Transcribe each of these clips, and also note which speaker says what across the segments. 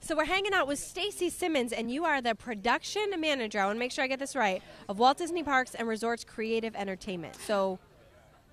Speaker 1: So we're hanging out with Stacy Simmons, and you are the production manager. I want to make sure I get this right of Walt Disney Parks and Resorts Creative Entertainment. So,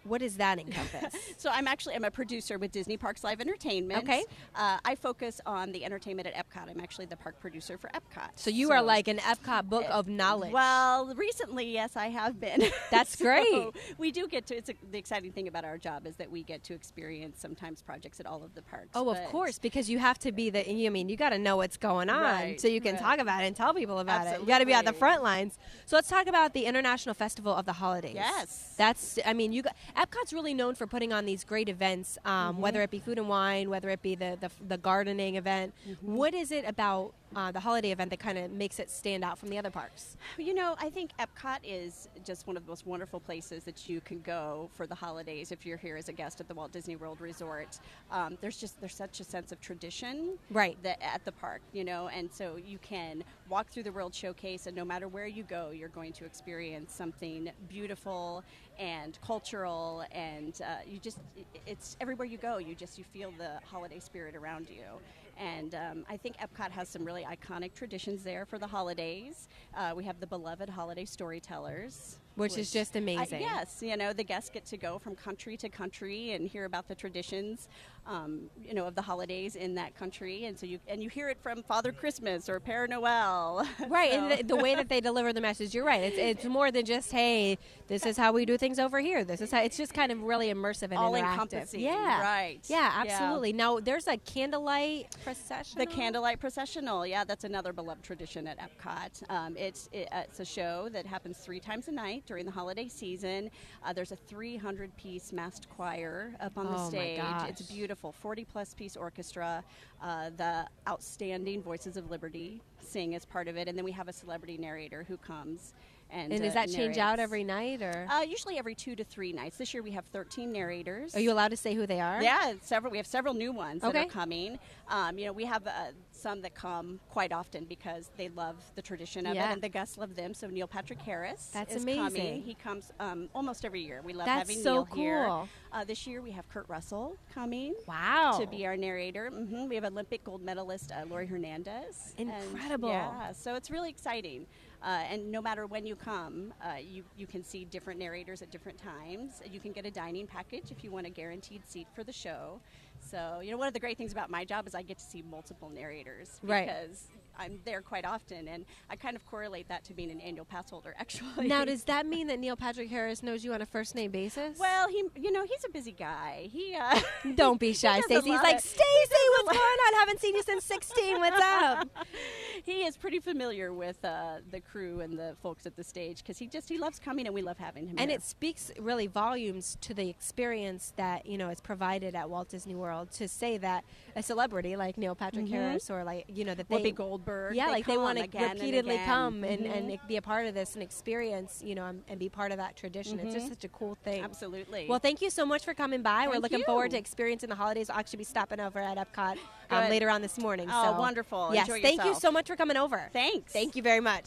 Speaker 1: what does that encompass?
Speaker 2: So I'm actually I'm a producer with Disney Parks Live Entertainment.
Speaker 1: Okay.
Speaker 2: Uh, I focus on the entertainment at Epcot. I'm actually the park producer for Epcot.
Speaker 1: so you are like an Epcot book of knowledge.
Speaker 2: Well, recently, yes, I have been.
Speaker 1: That's
Speaker 2: So
Speaker 1: great.
Speaker 2: We do get to. It's a, the exciting thing about our job is that we get to experience sometimes projects at all of the parks.
Speaker 1: Oh, of
Speaker 2: but-
Speaker 1: course, because you have to be the. I mean, you got to know what's going on
Speaker 2: Right,
Speaker 1: so you can
Speaker 2: right.
Speaker 1: talk about it and tell people about it. You got to be at the
Speaker 2: Absolutely.
Speaker 1: front lines. So let's talk about the International Festival of the Holidays.
Speaker 2: Yes.
Speaker 1: that's. I mean, you. Got, Epcot's really known for putting on these great events, um,
Speaker 2: Mm-hmm.
Speaker 1: whether it be food and wine, whether it be the the, the gardening event.
Speaker 2: Mm-hmm.
Speaker 1: What is it about uh, the holiday event that kind of makes it stand out from the other parks?
Speaker 2: You know, I think Epcot is just one of the most wonderful places that you can go for the holidays if you're here as a guest at the Walt Disney World Resort. Um, there's just there's such a sense of tradition,
Speaker 1: Right.
Speaker 2: That at the park, you know, and so you can walk through the World Showcase, and no matter where you go, you're going to experience something beautiful and cultural, and uh, you just i- it's everywhere you go, you just you feel the holiday spirit around you. And um, I think Epcot has some really iconic traditions there for the holidays. Uh, we have the beloved holiday storytellers.
Speaker 1: Which is just
Speaker 2: I-
Speaker 1: amazing.
Speaker 2: yes, you know, the guests get to go from country to country and hear about the traditions, um, you know, of the holidays in that country. And so you and you hear it from Father Christmas or Père Noël.
Speaker 1: Right,
Speaker 2: So-
Speaker 1: and the, the way that they deliver the message, you're right. It's, it's more than just, hey, this is how we do things over here. This is how it's just kind of really immersive and
Speaker 2: All
Speaker 1: interactive.
Speaker 2: encompassing,
Speaker 1: Yeah,
Speaker 2: right.
Speaker 1: Yeah,
Speaker 2: Yeah.
Speaker 1: absolutely. Now there's a candlelight procession.
Speaker 2: The candlelight processional, yeah, that's another beloved tradition at Epcot. Um, it's it, uh, it's a show that happens three times a night during the holiday season. Uh, there's a 300 piece masked choir up on
Speaker 1: Oh,
Speaker 2: the
Speaker 1: my
Speaker 2: stage. It's
Speaker 1: gosh.
Speaker 2: beautiful, 40 plus piece orchestra. Uh, the outstanding Voices of Liberty sing as part of it, and then we have a celebrity narrator who comes and.
Speaker 1: And does
Speaker 2: uh,
Speaker 1: that change out
Speaker 2: narrates.
Speaker 1: every night, or
Speaker 2: Uh, usually every two to three nights. This year we have 13 narrators.
Speaker 1: are you allowed to say who they are?
Speaker 2: Yeah, several. We have several new ones that
Speaker 1: Okay.
Speaker 2: are coming. Um, you know, we have uh, some that come quite often because they love the tradition of
Speaker 1: Yeah.
Speaker 2: it, and the guests love them. So Neil Patrick Harris
Speaker 1: That's
Speaker 2: is
Speaker 1: amazing.
Speaker 2: coming. He comes um, almost every year. We love
Speaker 1: That's
Speaker 2: having
Speaker 1: so
Speaker 2: Neil here.
Speaker 1: cool.
Speaker 2: Uh, this year we have Kurt Russell coming.
Speaker 1: Wow.
Speaker 2: To be our narrator, hmm we have Olympic gold medalist uh, Lori Hernandez. And, uh,
Speaker 1: Incredible.
Speaker 2: yeah, so it's really exciting. Uh, and no matter when you come, uh, you, you can see different narrators at different times. You can get a dining package if you want a guaranteed seat for the show. So, you know, one of the great things about my job is I get to see multiple narrators
Speaker 1: Right.
Speaker 2: because I'm there quite often. And I kind of correlate that to being an annual pass holder, actually.
Speaker 1: Now does that mean that Neil Patrick Harris knows you on a first name basis?
Speaker 2: Well, he, you know, he's a busy guy. He, uh,
Speaker 1: don't be shy,
Speaker 2: does a
Speaker 1: Stacey. He's
Speaker 2: lot
Speaker 1: like,
Speaker 2: of-
Speaker 1: Stacey, what's going on? Haven't seen you since 16. What's up?
Speaker 2: he is pretty familiar with uh, the crew and the folks at the stage because he just, he loves coming and we love having him
Speaker 1: And
Speaker 2: here.
Speaker 1: it speaks really volumes to the experience that you know is provided at Walt Disney World to say that a celebrity like Neil Patrick
Speaker 2: Mm-hmm.
Speaker 1: Harris or like you know that they
Speaker 2: Whoopi Goldberg.
Speaker 1: yeah,
Speaker 2: They
Speaker 1: like they
Speaker 2: come
Speaker 1: want to
Speaker 2: again and
Speaker 1: repeatedly
Speaker 2: again. Mm-hmm.
Speaker 1: come and, and be a part of this and experience you know and, and be part of that tradition. It's just such a cool thing.
Speaker 2: Mm-hmm. Absolutely.
Speaker 1: Well, thank you so much for coming by. We're
Speaker 2: Thank
Speaker 1: looking forward
Speaker 2: you.
Speaker 1: to experiencing the holidays. I'll actually be stopping over at Epcot um,
Speaker 2: Good.
Speaker 1: later on this morning.
Speaker 2: Oh,
Speaker 1: so.
Speaker 2: wonderful.
Speaker 1: Yes,
Speaker 2: Enjoy
Speaker 1: thank you
Speaker 2: yourself.
Speaker 1: so much for coming over.
Speaker 2: Thanks.
Speaker 1: Thank you very much.